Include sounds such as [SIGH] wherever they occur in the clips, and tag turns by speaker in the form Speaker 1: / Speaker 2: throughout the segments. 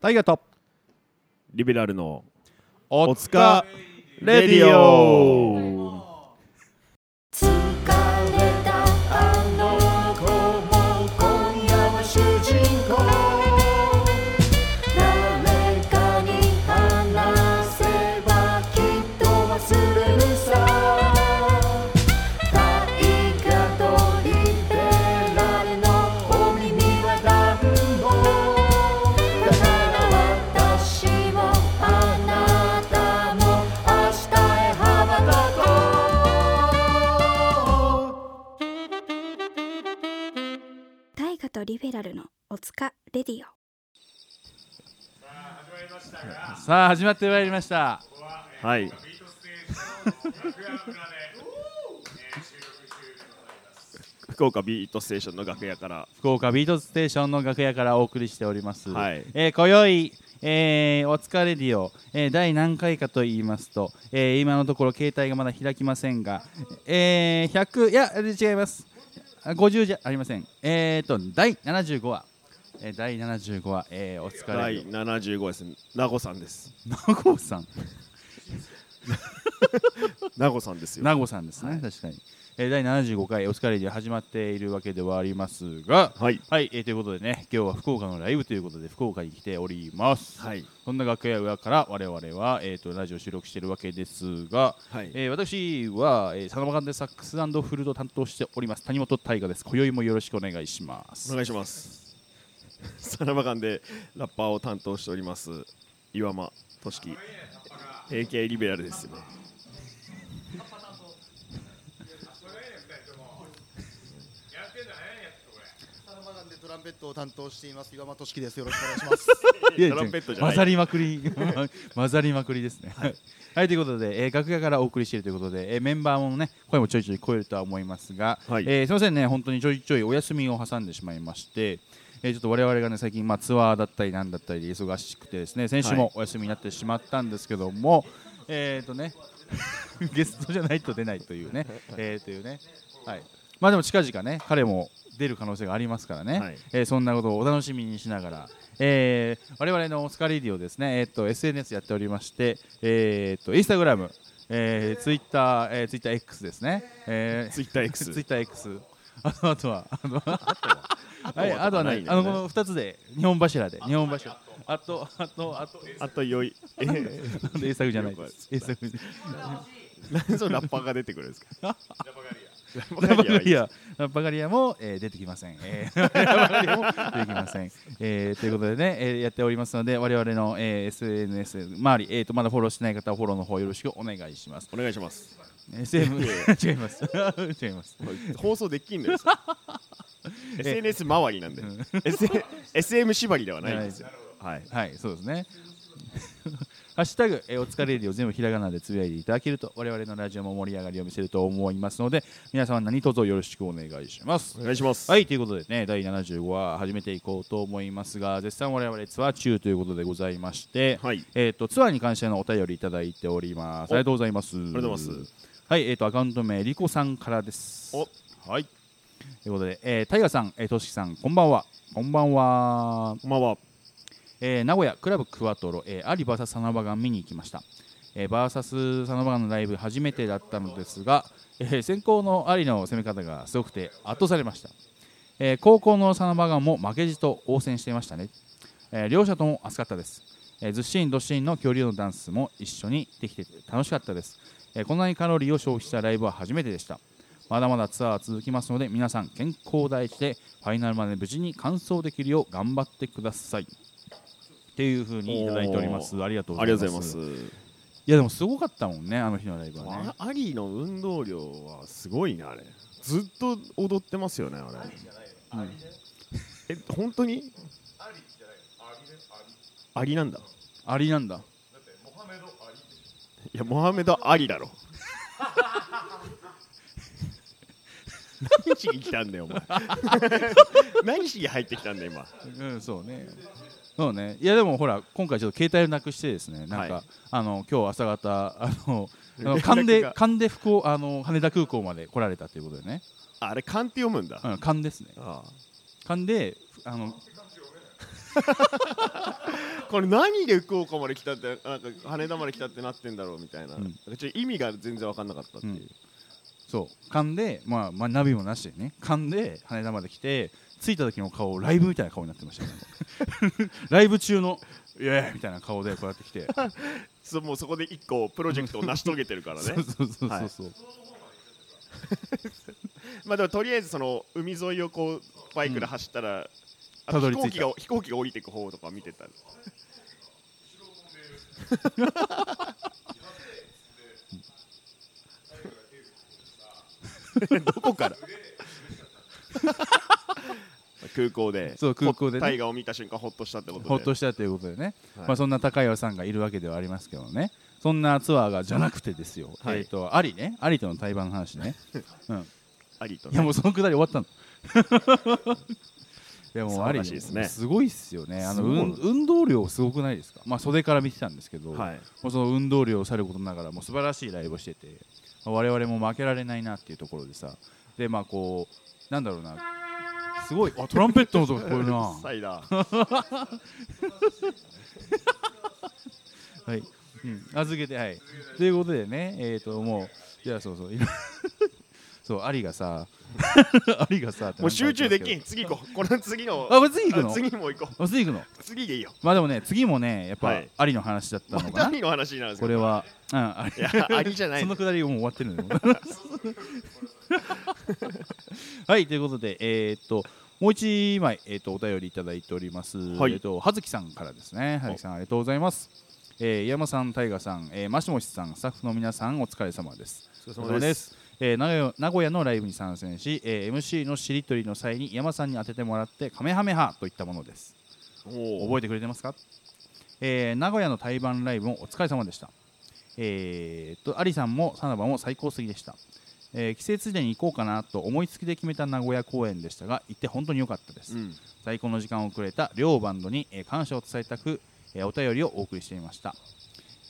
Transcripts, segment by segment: Speaker 1: 大河と
Speaker 2: リベラルの
Speaker 1: お
Speaker 2: おつかレディオ
Speaker 3: 疲れたあの子も今夜は主人公誰かに話せばきっと忘れるさ大河とリベラルのお耳は暖房だから私もあなたも明日へ羽ばたこう
Speaker 4: 大河とリベラルのおつかレディオ
Speaker 5: さあ始まってまいりました
Speaker 2: はい福岡ビートステーションの楽屋から
Speaker 5: 福岡ビートステーションの楽屋からお送りしております、
Speaker 2: はい
Speaker 5: えー今宵、えーお疲れディオ、えー第何回かと言いますと、えー今のところ携帯がまだ開きませんが、えー100いや違いますあ50じゃありませんえっ、と第75話、えー第75話、えーお疲れデ
Speaker 2: 第
Speaker 5: ィ
Speaker 2: 75です名護さんです
Speaker 5: オ名護さん
Speaker 2: 名護さんですよ
Speaker 5: 名護さんですね、確かに、えー第75回お疲れディオ始まっているわけではありますが
Speaker 2: はい
Speaker 5: はい、えーということでね、今日は福岡のライブということで、福岡に来ております。
Speaker 2: はい
Speaker 5: そんな楽屋裏から我々は、えー、とラジオ収録しているわけですが、
Speaker 2: はい
Speaker 5: えー私は、えー、サナバカンでサックスフルートを担当しております谷本大河です。今宵もよろしくお願いしま
Speaker 2: お
Speaker 5: す。
Speaker 2: 願いしますさらば館でラッパーを担当しております岩間俊樹 AK リベラルですよね [LAUGHS]
Speaker 6: サラマガンでトランペットを担当しています岩間俊樹です。よろしくお願いします。
Speaker 2: トランペットじゃない
Speaker 5: 混ざりまくり [LAUGHS] 混ざりまくりですね。はい、ということで、えー楽屋からお送りしているということで、えーメンバーもね声もちょいちょい超えるとは思いますが、
Speaker 2: はい
Speaker 5: えーすみませんね本当にちょいちょいお休みを挟んでしまいまして。えーちょっと我々がね最近、まあ、ツアーだったりなんだったりで忙しくてですね先週もお休みになってしまったんですけども、えっ、とね [LAUGHS] ゲストじゃないと出ないという
Speaker 2: [LAUGHS]
Speaker 5: ねえーというねはいまあでも近々ね彼も出る可能性がありますからね、
Speaker 2: はい
Speaker 5: えーそんなことをお楽しみにしながら、えー我々のオスカレディオですね、えー、と SNS やっておりまして、えー、とインスタグラム、えー、ツイッター、えー、ツイッター X ですね、えー、
Speaker 2: ツイッター X
Speaker 5: ツイッター X あとあとはあとはあ [LAUGHS] とは,、はい、
Speaker 2: あ
Speaker 5: あ
Speaker 2: と
Speaker 5: とは
Speaker 2: はない
Speaker 5: ね
Speaker 2: んだ
Speaker 5: あ
Speaker 2: よね
Speaker 5: のこの2つで日本柱で日本柱あとあとあと
Speaker 2: あと [LAUGHS] よいえ
Speaker 5: なんで A 作じゃないです。A 作
Speaker 2: なんでそのラッパーが出てくるんですか
Speaker 5: ラ
Speaker 2: ラ
Speaker 5: バガ
Speaker 2: ッパガリ
Speaker 5: リ
Speaker 2: ア
Speaker 5: ア、ラバガリアも、えー出てきません。え
Speaker 2: [LAUGHS]
Speaker 5: ーラバガリアも出てきません。えーということでね、えーやっておりますので、我々の、えー SNS 周り、えーとまだフォローしてない方はフォローの方よろしくお願いします。
Speaker 2: お願いします
Speaker 5: SM 違います。違います。 [LAUGHS]
Speaker 2: [LAUGHS] 放送できんのよそれ SNS 周りなんで S SM 縛りではないんですよはい
Speaker 5: はい、そうですね。 [LAUGHS] ハッシュタグ、えーお疲れレディを全部ひらがなでつぶやいていただけると我々のラジオも盛り上がりを見せると思いますので皆様何卒よろしくお願いします
Speaker 2: お。願いします
Speaker 5: はい、ということでね、第75話始めていこうと思いますが、絶賛我々ツアー中ということでございまして、
Speaker 2: はい
Speaker 5: えっ、とツアーに関してのお便りいただいております。
Speaker 2: お
Speaker 5: ありがとうございます。あり
Speaker 2: がとうございます。
Speaker 5: はい、えっ、とアカウント名リコさんからです。
Speaker 2: お
Speaker 5: はい。ということで、えー、タイガさん、えー、トシキさん、こんばんは。こんばんは。
Speaker 2: こんばんは
Speaker 5: えー名古屋クラブクワトロ、えーアリバーサスサナバガン見に行きました、えーバーサスサナバガンのライブ初めてだったのですが、えー先行のアリの攻め方がすごくて圧倒されました、えー後攻のサナバガンも負けじと応戦していましたね、えー両者とも熱かったです、えーずっしんどっしんの恐竜のダンスも一緒にできて楽しかったです、えーこんなにカロリーを消費したライブは初めてでしたまだまだツアーは続きますので皆さん健康第一でファイナルまで無事に完走できるよう頑張ってくださいっていう風にいただいておりますありがとうご
Speaker 2: あり
Speaker 5: ざい
Speaker 2: が
Speaker 5: ます
Speaker 2: とうござい
Speaker 5: いやでもすごかったもんねあの日のライブはね
Speaker 2: ますアリの運動量はすごいねあれずっと踊ってますよねあれえ本当にアリなんだ
Speaker 5: ありなんだ
Speaker 2: いやモハメドアリだろ [LAUGHS] 何しに来たんだよお前 [LAUGHS] 何しに入ってきたんだよ今
Speaker 5: うんそうねそうねいやでもほら今回ちょっと携帯をなくしてですねなんか、
Speaker 2: はい
Speaker 5: あの今日朝方あのあ
Speaker 2: [LAUGHS]
Speaker 5: の
Speaker 2: 連絡が
Speaker 5: 勘で勘で福岡あの羽田空港まで来られたということでね、
Speaker 2: ああれ勘って読むんだ、
Speaker 5: うん、勘ですね
Speaker 2: あ
Speaker 5: 勘であの
Speaker 2: あこれ何で福岡まで来たってなんか羽田まで来たってなってんだろうみたいな、
Speaker 5: うん
Speaker 2: なんかちょっと意味が全然分かんなかったっていう、
Speaker 5: うんそう噛んで、まあ、まあナビもなしでね噛んで羽田まで来て着いた時の顔ライブみたいな顔になってま
Speaker 2: [LAUGHS]
Speaker 5: したよねライブ中の「イエーイ!」みたいな顔でこうやって来て
Speaker 2: そうもうそこで一個プロジェクトを成し遂げてるから
Speaker 5: [LAUGHS] そ
Speaker 2: ね
Speaker 5: うそうそうそうそう、
Speaker 2: まあでもとりあえずその海沿いをこうバイクで走ったら、あ
Speaker 5: た
Speaker 2: と
Speaker 5: ど
Speaker 2: 飛
Speaker 5: り着いた
Speaker 2: 行機が飛行機が降りていく方とか見
Speaker 5: [LAUGHS]
Speaker 2: てたどこから空港で
Speaker 5: そう空港でね
Speaker 2: タイガーを見た瞬間ほっとしたってことで
Speaker 5: ほっとしたということでね、
Speaker 2: はい
Speaker 5: まあ、そんな高岩さんがいるわけではありますけどねそんなツアーがじゃなくてですよ、
Speaker 2: はい
Speaker 5: えっ、とアリねアリとの対バンの話ね、うん、
Speaker 2: ありと
Speaker 5: い
Speaker 2: ね
Speaker 5: やもうそのくだり終わったの [LAUGHS] いやもうアリ
Speaker 2: 素晴らしいですね
Speaker 5: すごいっすよねあの
Speaker 2: すごい
Speaker 5: 運運動量すごくないですかまあ袖から見てたんですけど、
Speaker 2: はい
Speaker 5: もうその運動量をさることながらもう素晴らしいライブをしててまあ我々も負けられないなっていうところでさでまあこうなんだろうなすごいあトランペットの音が聞こえるなは
Speaker 2: サ
Speaker 5: [LAUGHS]
Speaker 2: イダー
Speaker 5: い、うん、預けてはいということでねえっ、ともういやそうそういろ [LAUGHS] そうアリがさ [LAUGHS] アリがさって
Speaker 2: も
Speaker 5: なかわ
Speaker 2: うん集
Speaker 5: か
Speaker 2: 中
Speaker 5: んな
Speaker 2: で
Speaker 5: いすけど
Speaker 2: きん次行こうこの次の
Speaker 5: あこれ次行くの
Speaker 2: あ次も行こ
Speaker 5: あ次行くの
Speaker 2: う次でいいよ
Speaker 5: まあでもね次もねやっ
Speaker 2: は
Speaker 5: ぱ
Speaker 2: い
Speaker 5: ありの話だった
Speaker 2: ま
Speaker 5: の
Speaker 2: た
Speaker 5: かな、
Speaker 2: 何の話なんですか
Speaker 5: これは、うん、あ
Speaker 2: い
Speaker 5: り
Speaker 2: やありじゃな
Speaker 5: [LAUGHS]
Speaker 2: い
Speaker 5: そ
Speaker 2: の
Speaker 5: のくだりもう終わってるのよ [LAUGHS] はいということでえーっともう一枚、えーっとお便りいただいております、
Speaker 2: はい
Speaker 5: えーっと葉月さんからですね葉月さんありがとうございますえー、山さん、大河さん、えー、マシモシさん、スタッフの皆さん、お疲れ様です。
Speaker 2: お
Speaker 5: お疲れ様です。えー名古屋名古屋のライブに参戦し、えー MC のしりとりの際に山さんに当ててもらって、カメハメハといったものです。
Speaker 2: お
Speaker 5: 覚えてくれてますか、えー名古屋の対バンライブもお疲れ様でしたえーっとアリさんもサナバも最高すぎでした、えー、帰省ついでに行こうかなと思いつきで決めた名古屋公演でしたが行って本当に良かったです、
Speaker 2: うん、
Speaker 5: 最高の時間をくれた両バンドに、えー感謝を伝えたく、えーお便りをお送りしていました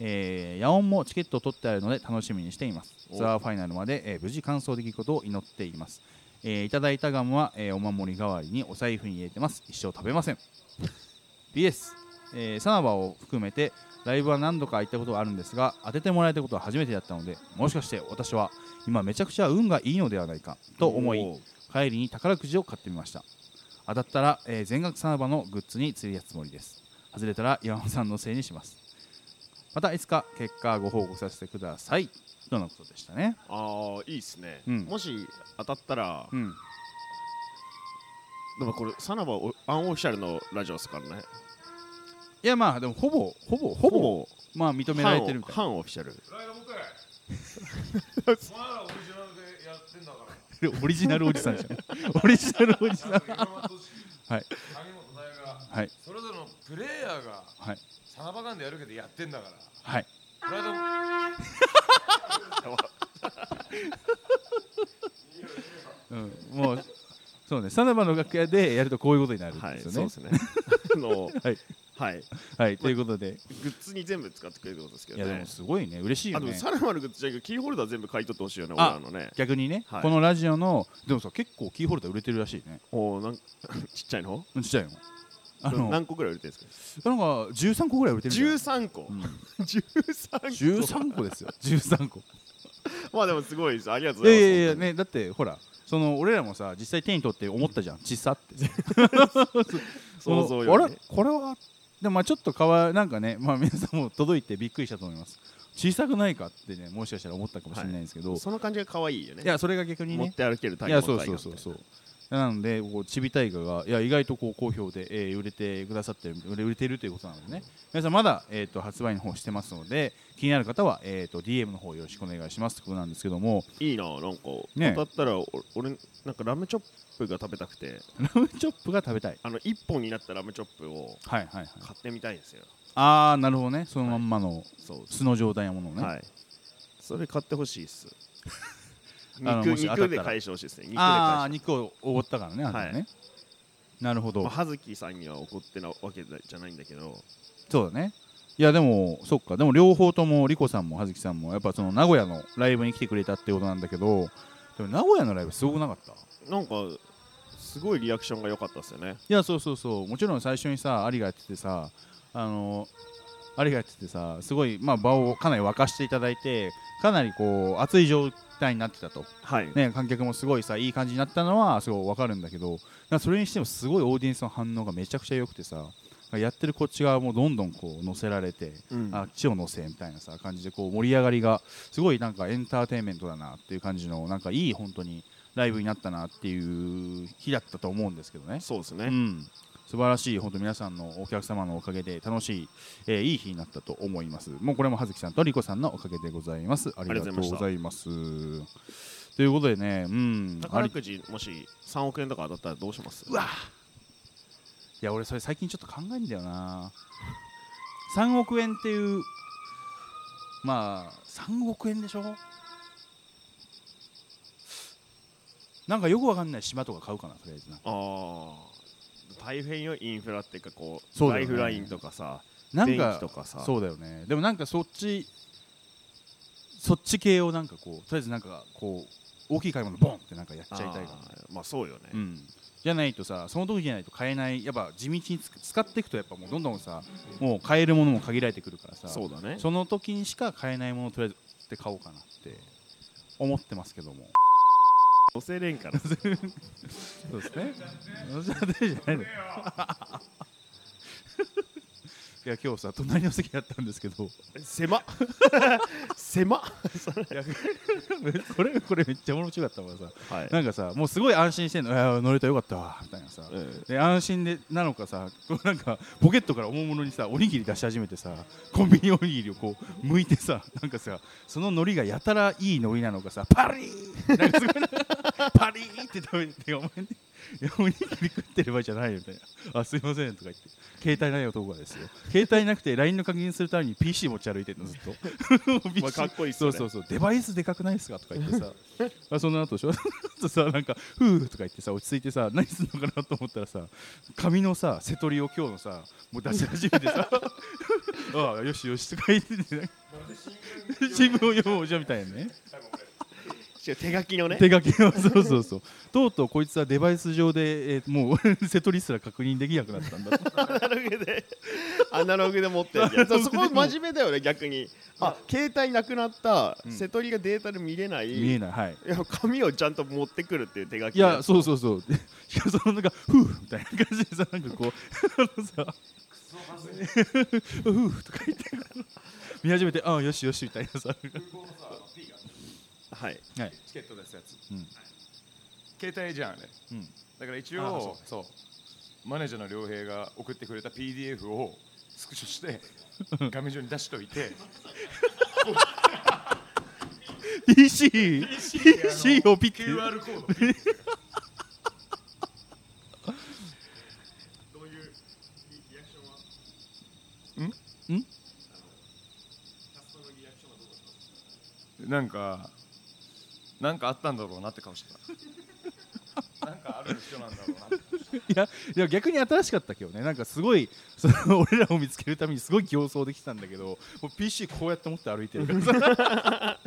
Speaker 5: えー、野音もチケットを取ってあるので楽しみにしています
Speaker 2: お
Speaker 5: ツアーファイナルまで、えー無事完走できることを祈っています、えーいただいたガムは、えーお守り代わりにお財布に入れてます一生食べません BS、えー、サナバを含めてライブは何度か行ったことがあるんですが当ててもらえたことは初めてだったのでもしかして私は今めちゃくちゃ運がいいのではないかと思い
Speaker 2: おー
Speaker 5: 帰りに宝くじを買ってみました当たったら、えー全額サナバのグッズに釣りやつもりです外れたら岩間さんのせいにしますまたいつか結果ご報告させてくださいとのことでしたね
Speaker 2: ああいいっすね、
Speaker 5: うん
Speaker 2: もし当たったら、
Speaker 5: うん
Speaker 2: でもこれサナバおアンオフィシャルのラジオですからね
Speaker 5: いやまあでもほぼほぼほぼまあ認められてるみたいな
Speaker 2: 半オフィシャル
Speaker 5: オリジナルおじさんじゃん [LAUGHS] オリジナルおじさんはい
Speaker 1: 谷本大が
Speaker 5: はい
Speaker 1: それぞれのプレイヤーが
Speaker 5: はい
Speaker 1: サナバガンでやるけどやってんだから
Speaker 5: はい
Speaker 1: これは
Speaker 5: うんもうそうねサナバの楽屋でやるとこういうことになるん
Speaker 2: はい
Speaker 5: です
Speaker 2: そう
Speaker 5: よ
Speaker 2: で
Speaker 5: ね
Speaker 2: すね [LAUGHS] あの
Speaker 5: はい
Speaker 2: はい
Speaker 5: はいということで
Speaker 2: グッズに全部使ってくれるってことですけ
Speaker 5: い
Speaker 2: ど
Speaker 5: やで
Speaker 2: ね
Speaker 5: もすごいね嬉しい
Speaker 2: あ
Speaker 5: よ
Speaker 2: でも
Speaker 5: ね
Speaker 2: サナバのグッズじゃなくてキーホルダー全部買い取ってほしいよね俺
Speaker 5: あ
Speaker 2: らのね
Speaker 5: 逆にね
Speaker 2: はい
Speaker 5: このラジオのでもさ結構キーホルダー売れてるらしいね
Speaker 2: おーなん [LAUGHS] ちっちゃいの
Speaker 5: ちっちゃいのあのなんか
Speaker 2: 何個ぐらい売れてるんですか
Speaker 5: 13個ぐらい売れてるんじゃない
Speaker 2: 13個、
Speaker 5: ん
Speaker 2: [LAUGHS] 13個
Speaker 5: 13個ですよ13個
Speaker 2: まあでもすごいですありがとう
Speaker 5: い
Speaker 2: ござ
Speaker 5: やい
Speaker 2: います
Speaker 5: やいやねだってほらその俺らもさ実際手に取って思ったじゃん小さって
Speaker 2: 想像より
Speaker 5: あれこれはでもまあちょっとかわなんかねまあ皆さんも届いてびっくりしたと思います小さくないかってねもしかしたら思ったかもしれないんですけど、い、
Speaker 2: その感じが可愛いよね
Speaker 5: やそれが逆に
Speaker 2: 持
Speaker 5: ね
Speaker 2: って歩けるタイ
Speaker 5: い
Speaker 2: プの
Speaker 5: やそうそうそうそうなのでこうちび大河がいや意外とこう好評で、えー売れてくださってる売れ売れてるということなのでね皆さんまだ、えー、と発売の方してますので気になる方は、えー、と DM の方よろしくお願いしますということなんですけども
Speaker 2: いいななんか
Speaker 5: ね
Speaker 2: 当たったらお俺なんかラムチョップが食べたくて
Speaker 5: ラムチョップが食べたい
Speaker 2: あの一本になったラムチョップを
Speaker 5: はいはいはい
Speaker 2: 買ってみたいんですよ
Speaker 5: ああなるほどねそのまんまの
Speaker 2: そう
Speaker 5: 素の状態のものをね、
Speaker 2: はいそれ買ってほしいっす
Speaker 5: [LAUGHS] あの
Speaker 2: 肉
Speaker 5: もし当たったら
Speaker 2: 肉で返してほしいですね肉で
Speaker 5: ああ
Speaker 2: 返し
Speaker 5: 肉
Speaker 2: て
Speaker 5: をおごったからねあとね、
Speaker 2: はい
Speaker 5: なるほど、
Speaker 2: まあ葉月さんには怒ってなわけじゃないんだけど
Speaker 5: そうだねいやでもそっかでも両方ともリコさんも葉月さんもやっぱその名古屋のライブに来てくれたってことなんだけどでも名古屋のライブすごくなかったい
Speaker 2: なんかすごいリアクションが良かったっすよね
Speaker 5: やそうそうそうもちろん最初にさアリがやっててさあのありがやっててさすごい、まあ、場をかなり沸かしていただいてかなりこう熱い状態になってたと、
Speaker 2: はい、
Speaker 5: ね、観客もすごいさいい感じになったのはすごい分かるんだけどなんかそれにしてもすごいオーディエンスの反応がめちゃくちゃ良くてさやってるこっち側もどんどんこう乗せられて、
Speaker 2: うん
Speaker 5: あっちを乗せみたいなさ感じでこう盛り上がりがすごいなんかエンターテインメントだなっていう感じのなんかいい本当にライブになったなっていう日だったと思うんですけどね。
Speaker 2: そうです
Speaker 5: う
Speaker 2: ね、
Speaker 5: ん、素晴らしい、本当皆さんのお客様のおかげで楽しい、えーいい日になったと思います。もうこれも葉月さんとリコさんのおかげでございます。ありがとうございます。ということでね、うん、あ
Speaker 2: 宝
Speaker 5: り
Speaker 2: くじもし3億円とか当たったらどうします
Speaker 5: うわいや、俺それ最近ちょっと考えんだよな。3億円っていう、まあ、3億円でしょなんかよくわかんない島とか買うかな、とりあえずな。
Speaker 2: あー大変よインフラっていうかこう
Speaker 5: そうだ
Speaker 2: ラ
Speaker 5: よ
Speaker 2: イ
Speaker 5: ね
Speaker 2: フラインとかさ
Speaker 5: なん
Speaker 2: 電
Speaker 5: か
Speaker 2: 気とかさ
Speaker 5: そうだよねでもなんかそっちそっち系をなんかこうとりあえずなんかこう大きい買い物ボンってなんかやっちゃいたいかな
Speaker 2: あーまあそうよね、
Speaker 5: うんじゃないとさその時じゃないと買えないやっぱ地道につ使っていくとやっぱもうどんどんさもう買えるものも限られてくるからさ
Speaker 2: そうだね
Speaker 5: その時にしか買えないものをとりあえずって買おうかなって思ってますけども
Speaker 2: 女性連から
Speaker 5: そうですね。私は出るじゃ [LAUGHS] ないの。いや今日さ隣の席だったんですけど、
Speaker 2: 狭っ狭っ
Speaker 5: [LAUGHS] これこれめっちゃ面白かったからさ、
Speaker 2: はい
Speaker 5: なんかさもうすごい安心してんの、いや乗れたよかったわみたいなさ、
Speaker 2: うん
Speaker 5: で安心でなのかさ、こうなんかポケットからおもむろにさおにぎり出し始めてさ、コンビニおにぎりをこう剥いてさ、なんかさその海苔がやたらいい海苔なのかさ、パリーなんかすごいなパリーって食べててお前ね。いやおにぎり食ってる場合じゃないよみたいな「あすいません」とか言って携帯ない男がですよ携帯なくて LINE の確認するために PC 持ち歩いてるのずっ
Speaker 2: [LAUGHS]
Speaker 5: と
Speaker 2: まあかっこいいっす
Speaker 5: そ
Speaker 2: よ
Speaker 5: う
Speaker 2: ね
Speaker 5: そうそうデバイスでかくないですかとか言ってさあその後でしょ [LAUGHS] とさなんか「ふう」とか言ってさ落ち着いてさ何するのかなと思ったらさ紙のさ瀬取りを今日のさもう出し始めて
Speaker 2: [LAUGHS]
Speaker 5: さ「ああよしよし」とか言ってて、ね、新聞を読もうじゃみたいなね
Speaker 2: 違う手書きのね
Speaker 5: 手書きのそうそうそうとうとうこいつはデバイス上で、えーもう [LAUGHS] セトリすら確認できなくなったんだ
Speaker 2: アナログでアナログで持ってるじゃんそこ真面目だよね逆にあ携帯なくなった、瀬戸りがデータで見れない
Speaker 5: 見えないはい
Speaker 2: いや紙をちゃんと持ってくるっていう手書き
Speaker 5: いやそうそうそうでしかもそのなんか「ふう」みたいな感じでさなんかこうあのさ「ふう」とか言って見始めて「ああよしよし」みたいなさ
Speaker 2: うはい
Speaker 5: はい
Speaker 1: チケット出すやつ、
Speaker 5: うん
Speaker 1: 携帯じゃんあれ、
Speaker 5: ん
Speaker 1: だから一
Speaker 5: あ
Speaker 1: 応そうマネージャーの良平が送ってくれた PDF をスクショして
Speaker 5: [LAUGHS]
Speaker 1: 画面上に出しといて
Speaker 5: PC PC をピッて
Speaker 1: QR コードなんかなんかあったんだろうなって顔してたなんかある人なんだろうなって
Speaker 5: いやいや逆に新しかったけどねなんかすごいその [LAUGHS] 俺らを見つけるためにすごい競争できてたんだけどもう PC こうやって持って歩いてるから [LAUGHS] さ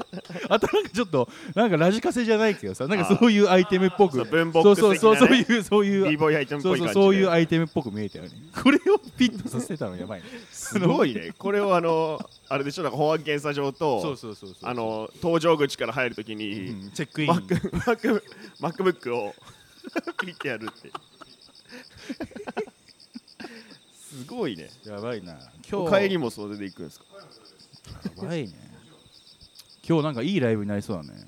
Speaker 5: あとなんかちょっとなんかラジカセじゃないけどさなんかそういうアイテムっぽく
Speaker 2: あーそう文房具的な
Speaker 5: そう
Speaker 2: ね
Speaker 5: そうそうそういうそうい
Speaker 2: b
Speaker 5: う
Speaker 2: ボイアイテムっ
Speaker 5: そ
Speaker 2: ぽ
Speaker 5: う
Speaker 2: い
Speaker 5: そう
Speaker 2: 感じで
Speaker 5: そういうアイテムっぽく見えたよねこれをピッとさせてたのやばいね
Speaker 2: すごいねこれをあのあれでしょなんか保安検査場と
Speaker 5: そうそうそうそう
Speaker 2: あの搭乗口から入るときに、
Speaker 5: うんチェックイン
Speaker 2: マックマックマックブックを [LAUGHS] ピッてやるってすごいね
Speaker 5: やばいな
Speaker 2: お
Speaker 5: 今日
Speaker 2: 帰りもそれで行くんですか
Speaker 5: やばいね今日なんかいいライブになりそうだね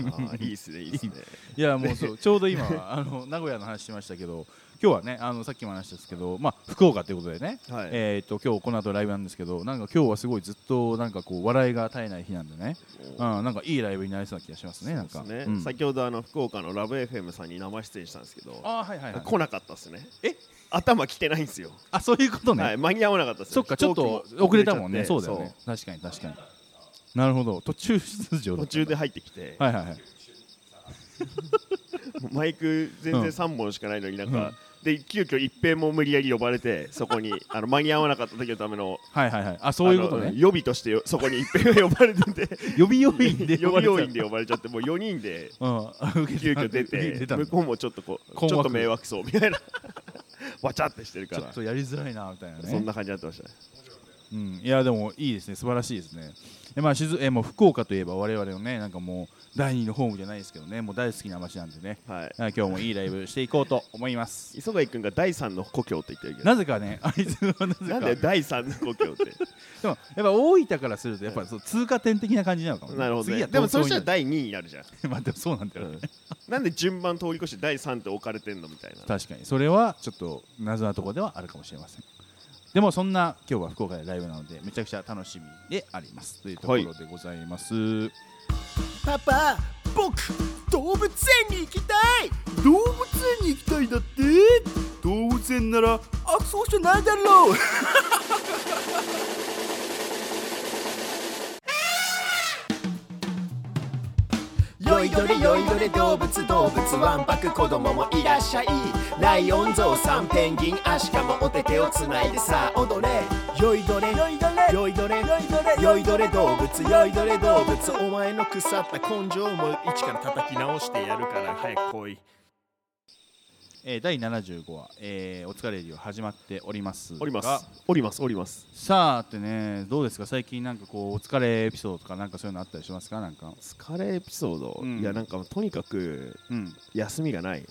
Speaker 2: あーいいっすねいいっすね
Speaker 5: いやもうそうちょうど今 [LAUGHS] あの名古屋の話しましたけど今日はねあのさっきも話したんですけど、まあ、福岡ということでね、
Speaker 2: はい
Speaker 5: えー、と今日この後ライブなんですけどなんか今日はすごいずっとなんかこう笑いが絶えない日なんでね、うん、なんかいいライブになりそうな気がしますねなんか
Speaker 2: ね
Speaker 5: うん
Speaker 2: 先ほどあの福岡のラブ f m さんに生出演したんですけど
Speaker 5: あーはいはい、はい、
Speaker 2: 来なかったっすね
Speaker 5: え
Speaker 2: 頭来てないんですよ、
Speaker 5: あそういうことね、
Speaker 2: はい、間に合わなかったっす
Speaker 5: そっかちょっと遅れたもんねそうだよ
Speaker 2: よ
Speaker 5: ね確かに確かになるほど途中出場だ
Speaker 2: 途
Speaker 5: った
Speaker 2: 中で入ってきて、
Speaker 5: はいはいはい
Speaker 2: マイク全然3本しかないのになんか、で急遽一平も無理やり呼ばれてそこにあの間に合わなかった時のための
Speaker 5: はいはいはいあそういうこと
Speaker 2: あの
Speaker 5: ね
Speaker 2: 予備としてよそこに一平が呼ばれてて
Speaker 5: 予備要員で
Speaker 2: 予
Speaker 5: 呼ば
Speaker 2: 備
Speaker 5: れてた
Speaker 2: 要員で呼ばれちゃってもう4人で
Speaker 5: うんあ受けて
Speaker 2: 急
Speaker 5: た
Speaker 2: 遽出
Speaker 5: 受け [LAUGHS]
Speaker 2: て
Speaker 5: たんだ
Speaker 2: 向こうもちょっとこ
Speaker 5: 困惑
Speaker 2: う
Speaker 5: [LAUGHS]
Speaker 2: ちょっと迷惑そうみたいなわちゃってしてるか
Speaker 5: ちょ
Speaker 2: ら
Speaker 5: っとやりづらいなみたいなね
Speaker 2: そんな感じになってましたね
Speaker 5: うん、いやでもいいですね素晴らしいですねでまあ静えもう福岡といえば我々のねなんかもう第二のホームじゃないですけどねもう大好きな街なんでね
Speaker 2: はい
Speaker 5: あ今日もいいライブしていこうと思います
Speaker 2: 磯貝君が第三の故郷って言ってるけど
Speaker 5: なぜかねあいつはなぜ
Speaker 2: な
Speaker 5: か
Speaker 2: んで第三の故郷って
Speaker 5: [LAUGHS] でもやっぱ大分からするとやっぱそう通過点的な感じなのかも、ね、
Speaker 2: なるほど、
Speaker 5: 次
Speaker 2: ね、
Speaker 5: は
Speaker 2: でもそしたら
Speaker 5: ら
Speaker 2: 第二位になるじゃん、
Speaker 5: まあでもそうなんだよね、
Speaker 2: なんで順番通り越して第三って置かれてんのみたいな
Speaker 5: 確かにそれはちょっと謎なところではあるかもしれませんでもそんな今日は福岡でライブなのでめちゃくちゃ楽しみでありますというところでございます、
Speaker 7: パパ僕動物園に行きたい動物園に行きたいだって動物園ならあそうじゃないだ [LAUGHS] ろうよいどれよいどれ動物動物わんぱく子供もいらっしゃいライオンゾウさんペンギンアシカもお手手をつないでさあ踊れよいどれよいどれよいどれよいどれよいどれ動物よいどれ動物お前の腐った根性も一から叩き直してやるから早く来い
Speaker 5: えー第75話、えーお疲れりは始まっておりますが
Speaker 2: おりますおりますおります
Speaker 5: さあってねどうですか最近なんかこうお疲れエピソードとかなんかそういうのあったりしますかなんか
Speaker 2: 疲れエピソード、
Speaker 5: うん
Speaker 2: いやなんかとにかく
Speaker 5: うん
Speaker 2: 休みがない、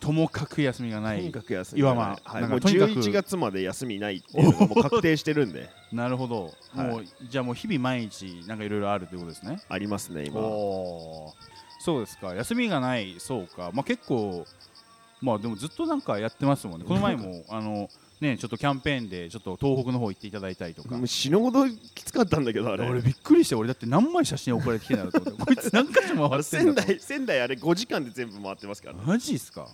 Speaker 5: ともかく休みがな
Speaker 2: とに
Speaker 5: い
Speaker 2: かく休みがない、
Speaker 5: いわば
Speaker 2: はい、
Speaker 5: なんか
Speaker 2: もう
Speaker 5: とにかく
Speaker 2: 11月まで休みないっていうのがもう確定してるんで [LAUGHS]
Speaker 5: なるほど、
Speaker 2: はい
Speaker 5: もうじゃあもう日々毎日なんかいろいろあるということですね
Speaker 2: ありますね今
Speaker 5: おーそうですか休みがないそうかまあ結構まあでもずっとなんかやってますもんねこの前
Speaker 2: [LAUGHS]
Speaker 5: もあのねちょっとキャンペーンでちょっと東北の方行っていただいたりとか
Speaker 2: もう死ぬほどきつかったんだけどあ
Speaker 5: [LAUGHS]
Speaker 2: れ
Speaker 5: 俺びっくりして俺だって何枚写真送られてきてんだろうと思
Speaker 2: [LAUGHS]
Speaker 5: ってこいつ何回も
Speaker 2: あ
Speaker 5: 回
Speaker 2: れ
Speaker 5: ってんだと思っ
Speaker 2: 仙
Speaker 5: て
Speaker 2: 台仙台あれ5時間で全部回ってま
Speaker 5: [LAUGHS]
Speaker 2: すからね
Speaker 5: マジですか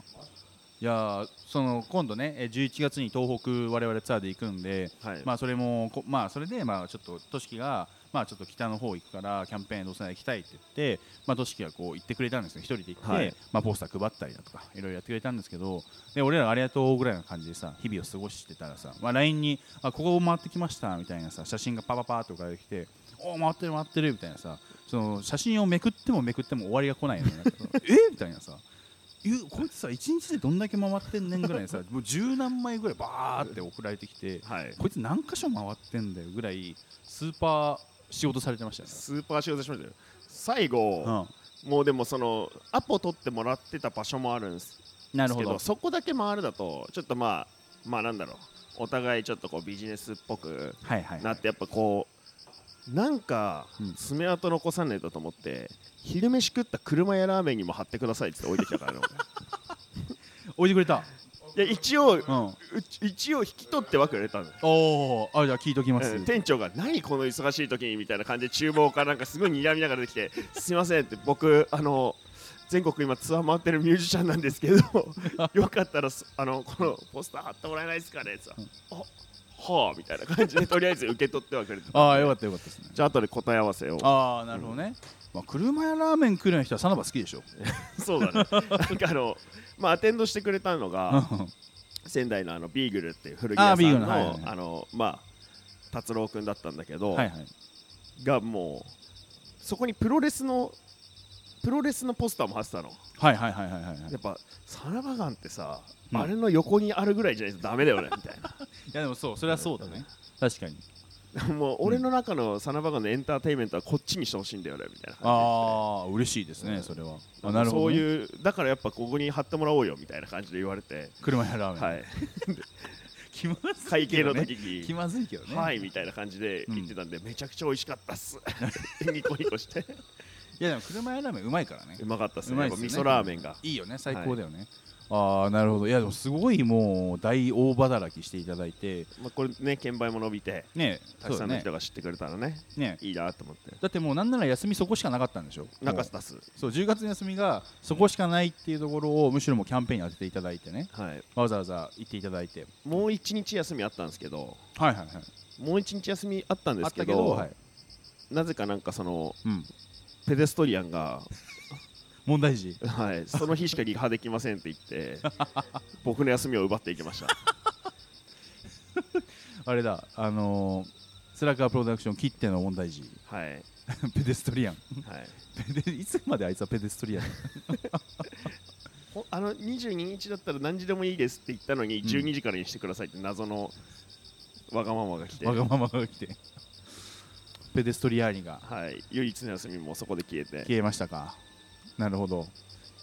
Speaker 5: いやーその今度ねえー11月に東北我々ツアーで行くんで、
Speaker 2: はい
Speaker 5: まあそれもこまあそれでまあちょっととしきがまあちょっと北の方行くからキャンペーンどうせなら行きたいって言ってまあとしきがこう行ってくれたんですけど一人で行って、
Speaker 2: はい
Speaker 5: まあポスター配ったりだとかいろいろやってくれたんですけどで俺らありがとうぐらいの感じでさ日々を過ごしてたらさまあ LINE にあここ回ってきましたみたいなさ写真がパパパーって送られてきておー回ってる回ってるみたいなさその写真をめくってもめくっても終わりが来ない
Speaker 2: [LAUGHS]
Speaker 5: のよなんかえみたいなさゆこいつさ1日でどんだけ回ってんねんぐらいさもう十何枚ぐらいバーって送られてきて、
Speaker 2: はい
Speaker 5: こいつ何箇所回ってんだよぐらいスーパー仕事されてましたね、
Speaker 2: スーパー仕事しましたよ最後、
Speaker 5: う
Speaker 2: もうでもそのアポ取ってもらってた場所もあるんです
Speaker 5: ん、な
Speaker 2: ですけどそこだけ回るだとちょっとまあまあなんだろうお互いちょっとこうビジネスっぽく
Speaker 5: はいはい
Speaker 2: なってやっぱこうなんか
Speaker 5: うん
Speaker 2: 爪痕残さねえとと思って昼飯食った車やラーメンにも貼ってくださいって言って置いてきたからね
Speaker 5: 置いてくれた、 [LAUGHS]
Speaker 2: いや一応
Speaker 5: うん、お
Speaker 2: うち一応引き取ってはくれたの
Speaker 5: おあじゃあ聞いときます、
Speaker 2: うん店長が何この忙しい時にみたいな感じで厨房からなんかすごい睨みながら出てきてすいませんって僕あの全国今ツアー回ってるミュージシャンなんです
Speaker 5: [LAUGHS]
Speaker 2: けどよかったらそあのこのポスター貼ってもらえないですかねってさあはあみたいな感じでとりあえず受け取ってはくれて
Speaker 5: ああよかったよかったですね
Speaker 2: じゃあ後で答え合わせを
Speaker 5: ああなるほどね、まあ、車やラーメン来るような人はサナバ好きでしょ
Speaker 2: そ
Speaker 5: [LAUGHS]
Speaker 2: うだねなんかあのまあアテンドしてくれたの
Speaker 5: うん
Speaker 2: が仙台のあのビーグルっていう古着
Speaker 5: あ
Speaker 2: 屋さ
Speaker 5: ービー
Speaker 2: ん
Speaker 5: グル
Speaker 2: の
Speaker 5: のはいはいはい
Speaker 2: あのまあ達郎くんだったんだけど、
Speaker 5: はいはい
Speaker 2: がもうそこにプロレスのプロレスのポスターも貼ってたの
Speaker 5: はいはいはいはいはいはい
Speaker 2: やっぱサラバガンってさ、
Speaker 5: うん
Speaker 2: あれの横にあるぐらいじゃないとダメだよねみたい
Speaker 5: いやでもそうそれはそうだね確かに [LAUGHS]
Speaker 2: なもう俺の中のサラバガンのエンターテインメントはこっちにしてほしいんだよねみたいな感
Speaker 5: ああ嬉しいですねそれは
Speaker 2: じ
Speaker 5: あ
Speaker 2: で
Speaker 5: なるほど、ね、
Speaker 2: そういうだからやっぱここに貼ってもらおうよみたいな感じで言われて、
Speaker 5: 車やラーメン、
Speaker 2: はい、
Speaker 5: 気まずいけどね
Speaker 2: 会計の時
Speaker 5: 気
Speaker 2: に、
Speaker 5: まずいけどね、
Speaker 2: はい
Speaker 5: い、
Speaker 2: みたいな感じで言ってたんで、めちゃくちゃ美味しかった
Speaker 5: [LAUGHS]
Speaker 2: っすニコニコして
Speaker 5: やでも車やラーメンうまいからね
Speaker 2: うまかったっ
Speaker 5: う
Speaker 2: すね
Speaker 5: まい
Speaker 2: や
Speaker 5: っ
Speaker 2: っ
Speaker 5: すよね
Speaker 2: ぱ味噌ラーメンが
Speaker 5: いいよね最高だよね、ああなるほどいやでもすごいもう大大働きしていただいて
Speaker 2: まあ、これね券売も伸びて
Speaker 5: ね
Speaker 2: たくさんの人
Speaker 5: が
Speaker 2: が知ってくれたらね
Speaker 5: ね
Speaker 2: いいなと思って
Speaker 5: だってもうなんなら休みそこしかなかったんでしょ
Speaker 2: 中
Speaker 5: も
Speaker 2: スタス
Speaker 5: うそう10月の休みがそこしかないっていうところをむしろもうキャンペーンに当てていただいてね
Speaker 2: はい
Speaker 5: わざわざ行っていただいて
Speaker 2: もう一日休みあったんですけど
Speaker 5: はいはいはい
Speaker 2: もう一日休みあったんで
Speaker 5: あっ
Speaker 2: すけ
Speaker 5: た
Speaker 2: ど
Speaker 5: けど、はい
Speaker 2: なぜかなんかその
Speaker 5: うん、
Speaker 2: ペデストリアンが、
Speaker 5: 問題児
Speaker 2: はい、その日しかリハできませんって言って
Speaker 5: [LAUGHS]
Speaker 2: 僕の休みを奪っていきました
Speaker 5: あれだあのースラッガープロダクション切っての問題児 [LAUGHS]
Speaker 2: はい、はい、
Speaker 5: ペデストリアンペデいつまであいつはペデストリアン
Speaker 2: ほあの22日だったら何時でもいいですって言ったのに、
Speaker 5: ん
Speaker 2: 12時からにしてくださいって謎のわがままが来て、
Speaker 5: わがままが来てペデストリアーニが
Speaker 2: はい、唯一の休みもそこで消えて、
Speaker 5: 消えましたかなるほど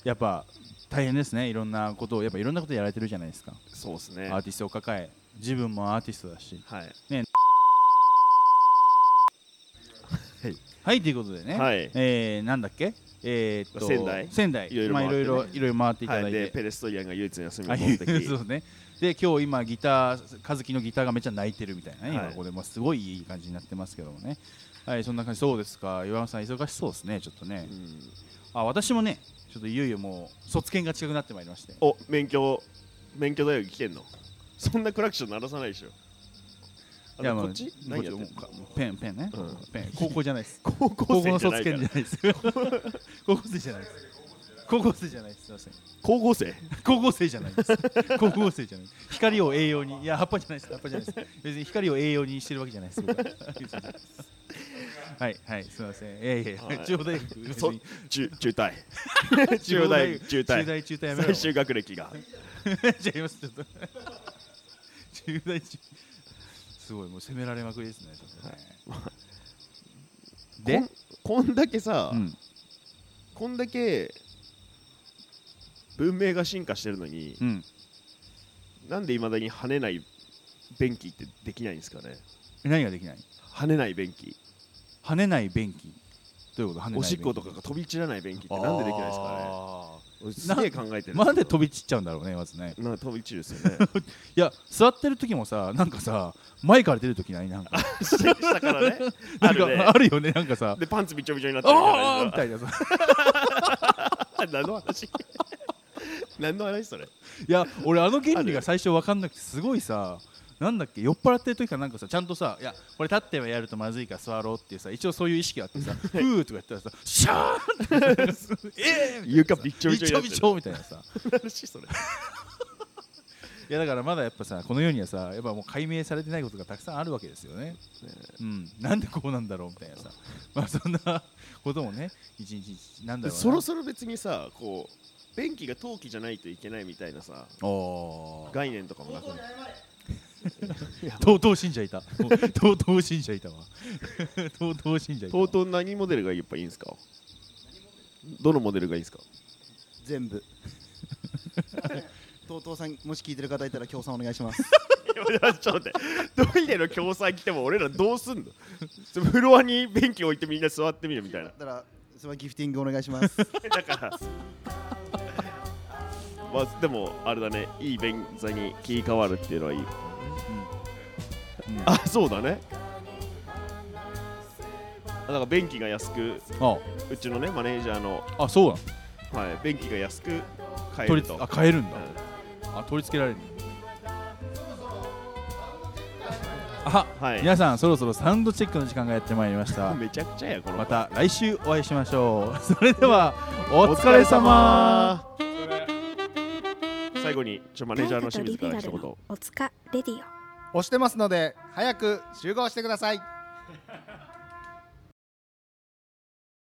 Speaker 5: やっぱ大変ですねいろんなことをやっぱいろんなことやられてるじゃないですか
Speaker 2: そうですね。
Speaker 5: アーティストを抱え自分もアーティストだし
Speaker 2: はい、
Speaker 5: はいということでね、
Speaker 2: はい
Speaker 5: えーなんだっけえーっと
Speaker 2: 仙台
Speaker 5: 仙台
Speaker 2: いろいろ
Speaker 5: まあ
Speaker 2: 回
Speaker 5: い
Speaker 2: っ
Speaker 5: ろ
Speaker 2: て
Speaker 5: い
Speaker 2: ね
Speaker 5: ろいろいろ回っていただ
Speaker 2: はいい、
Speaker 5: て、
Speaker 2: でペレストリアンが唯一の休み
Speaker 5: あ
Speaker 2: を
Speaker 5: い [LAUGHS]
Speaker 2: 持って
Speaker 5: う
Speaker 2: き
Speaker 5: そうねで今日今ギター和樹のギターがめっちゃ泣いてるみたいなね、
Speaker 2: は
Speaker 5: 今
Speaker 2: い
Speaker 5: ここでもうすごいいい感じになってますけどもねはいそんな感じそうですか岩間さん忙しそうですねちょっとね、
Speaker 2: うん
Speaker 5: あ私もねちょっといよいよもう卒検が近くなってまいりまして
Speaker 2: お免許免許大学来てんのそんなクラクション鳴らさないでしょあ
Speaker 5: いや
Speaker 2: こ
Speaker 5: もう
Speaker 2: っち
Speaker 5: こっ
Speaker 2: 何
Speaker 5: ち
Speaker 2: やって
Speaker 5: も
Speaker 2: んの
Speaker 5: うかもうペンペンね、
Speaker 2: うん
Speaker 5: ペン高校じゃないです
Speaker 2: [LAUGHS] 高
Speaker 5: 高
Speaker 2: 校
Speaker 5: 校
Speaker 2: 生
Speaker 5: の
Speaker 2: じゃな
Speaker 5: 卒
Speaker 2: いか
Speaker 5: 検じ
Speaker 2: ら
Speaker 5: ゃないです高校生じゃないです [LAUGHS] 高校生じゃないですすいません
Speaker 2: 高校生
Speaker 5: 高校生じゃないです。高校生じゃない。光を栄養に、いや、葉っぱじゃないです。葉っぱじゃないです。別に光を栄養にしてるわけじゃないです。僕ははい、はい、すみません。えいえ
Speaker 2: はい、
Speaker 5: 中央大学。別
Speaker 2: そ
Speaker 5: に
Speaker 2: 中中退中央大
Speaker 5: [LAUGHS]
Speaker 2: 中
Speaker 5: 中
Speaker 2: 退
Speaker 5: 大、中退やめろ。
Speaker 2: 最終学歴が
Speaker 5: じゃあ、います。ちょっと。中大、中。すごい、もう責められまくりですね。ちょっとね
Speaker 2: こ
Speaker 5: で
Speaker 2: ん、こんだけさ、
Speaker 5: うん、
Speaker 2: こんだけ文明が進化してるのに、
Speaker 5: うん。
Speaker 2: なんでいまだに跳ねない便器ってできないんですかね
Speaker 5: 何ができない。
Speaker 2: 跳ねない便器
Speaker 5: 跳ねない便器。どういうこと、跳ねない便器。
Speaker 2: おしっことかが飛び散らない便器ってなんでできないですか
Speaker 5: あ
Speaker 2: ね俺すげえ考え
Speaker 5: ー
Speaker 2: てる
Speaker 5: まあなんで飛び散っちゃうんだろうね、まずね。
Speaker 2: なんか飛び散るですよね
Speaker 5: いや座ってる時もさなんかさ前から出る時ないなんか
Speaker 2: したからね。あ
Speaker 5: なん
Speaker 2: る
Speaker 5: か
Speaker 2: ね
Speaker 5: あるよねなんかさ
Speaker 2: でパンツびちょびちょになってる
Speaker 5: ああみたいなさ
Speaker 2: あ [LAUGHS] 何の話何の話それ
Speaker 5: いや俺あの原理が最初分かんなくてすごいさなんだっけ酔っ払ってる時かなんかさちゃんとさ「いやこれ立ってはやるとまずいから座ろう」っていうさ一応そういう意識があってさ「ふー」とかやったらさ「シャーン!」ってえー
Speaker 2: 床びちょ
Speaker 5: び
Speaker 2: びちょ
Speaker 5: ちょび
Speaker 2: になってる
Speaker 5: ちょみたいなさ
Speaker 2: 何の話それ
Speaker 5: いやだからまだやっぱさこの世にはさやっぱもう解明されてないことがたくさんあるわけですよね。うん、なんでこうなんだろうみたいなさ、まあ、そんなこともね一日一日なんだろうな
Speaker 2: そろそろ別にさこう便器が陶器じゃないといけないみたいなさ
Speaker 5: おー
Speaker 2: 概念とかもなくなる
Speaker 5: とうとう信者いたとうとう信者いたわ [LAUGHS] とうとう信者いた
Speaker 2: と
Speaker 5: わ
Speaker 2: うとう何モデルがやっぱいいんですかどのモデルがいいんですか [LAUGHS]
Speaker 6: 全部 [LAUGHS] とうとうさんもし聞いてる方いたら協賛お願いします
Speaker 2: ちょっと待ってトイレの共済来ても俺らどうすんのそのフロアに便器置いてみんな座ってみるみたいな
Speaker 6: だからそれはギフティングお願いします
Speaker 2: だからまあでもあれだねいい便座に切り替わるっていうのはいい、あそうだねだから便器が安くうちのねマネージャーの、
Speaker 5: ああそうなの
Speaker 2: はい、便器が安く買え
Speaker 5: 取
Speaker 2: る
Speaker 5: り
Speaker 2: と
Speaker 5: つあ変えるんだ、
Speaker 2: う
Speaker 5: あ取り付けられるんだあ、
Speaker 2: んはい
Speaker 5: 皆さんそろそろサウンドチェックの時間がやってまいりま [LAUGHS] した
Speaker 2: めちゃくちゃやこの
Speaker 5: また来週お会いしましょう [LAUGHS] それではお疲れ様
Speaker 2: お疲れ様最後にちょマネージャーの清水から一言
Speaker 4: のおつかレディオ
Speaker 6: 押してますので早く集合してください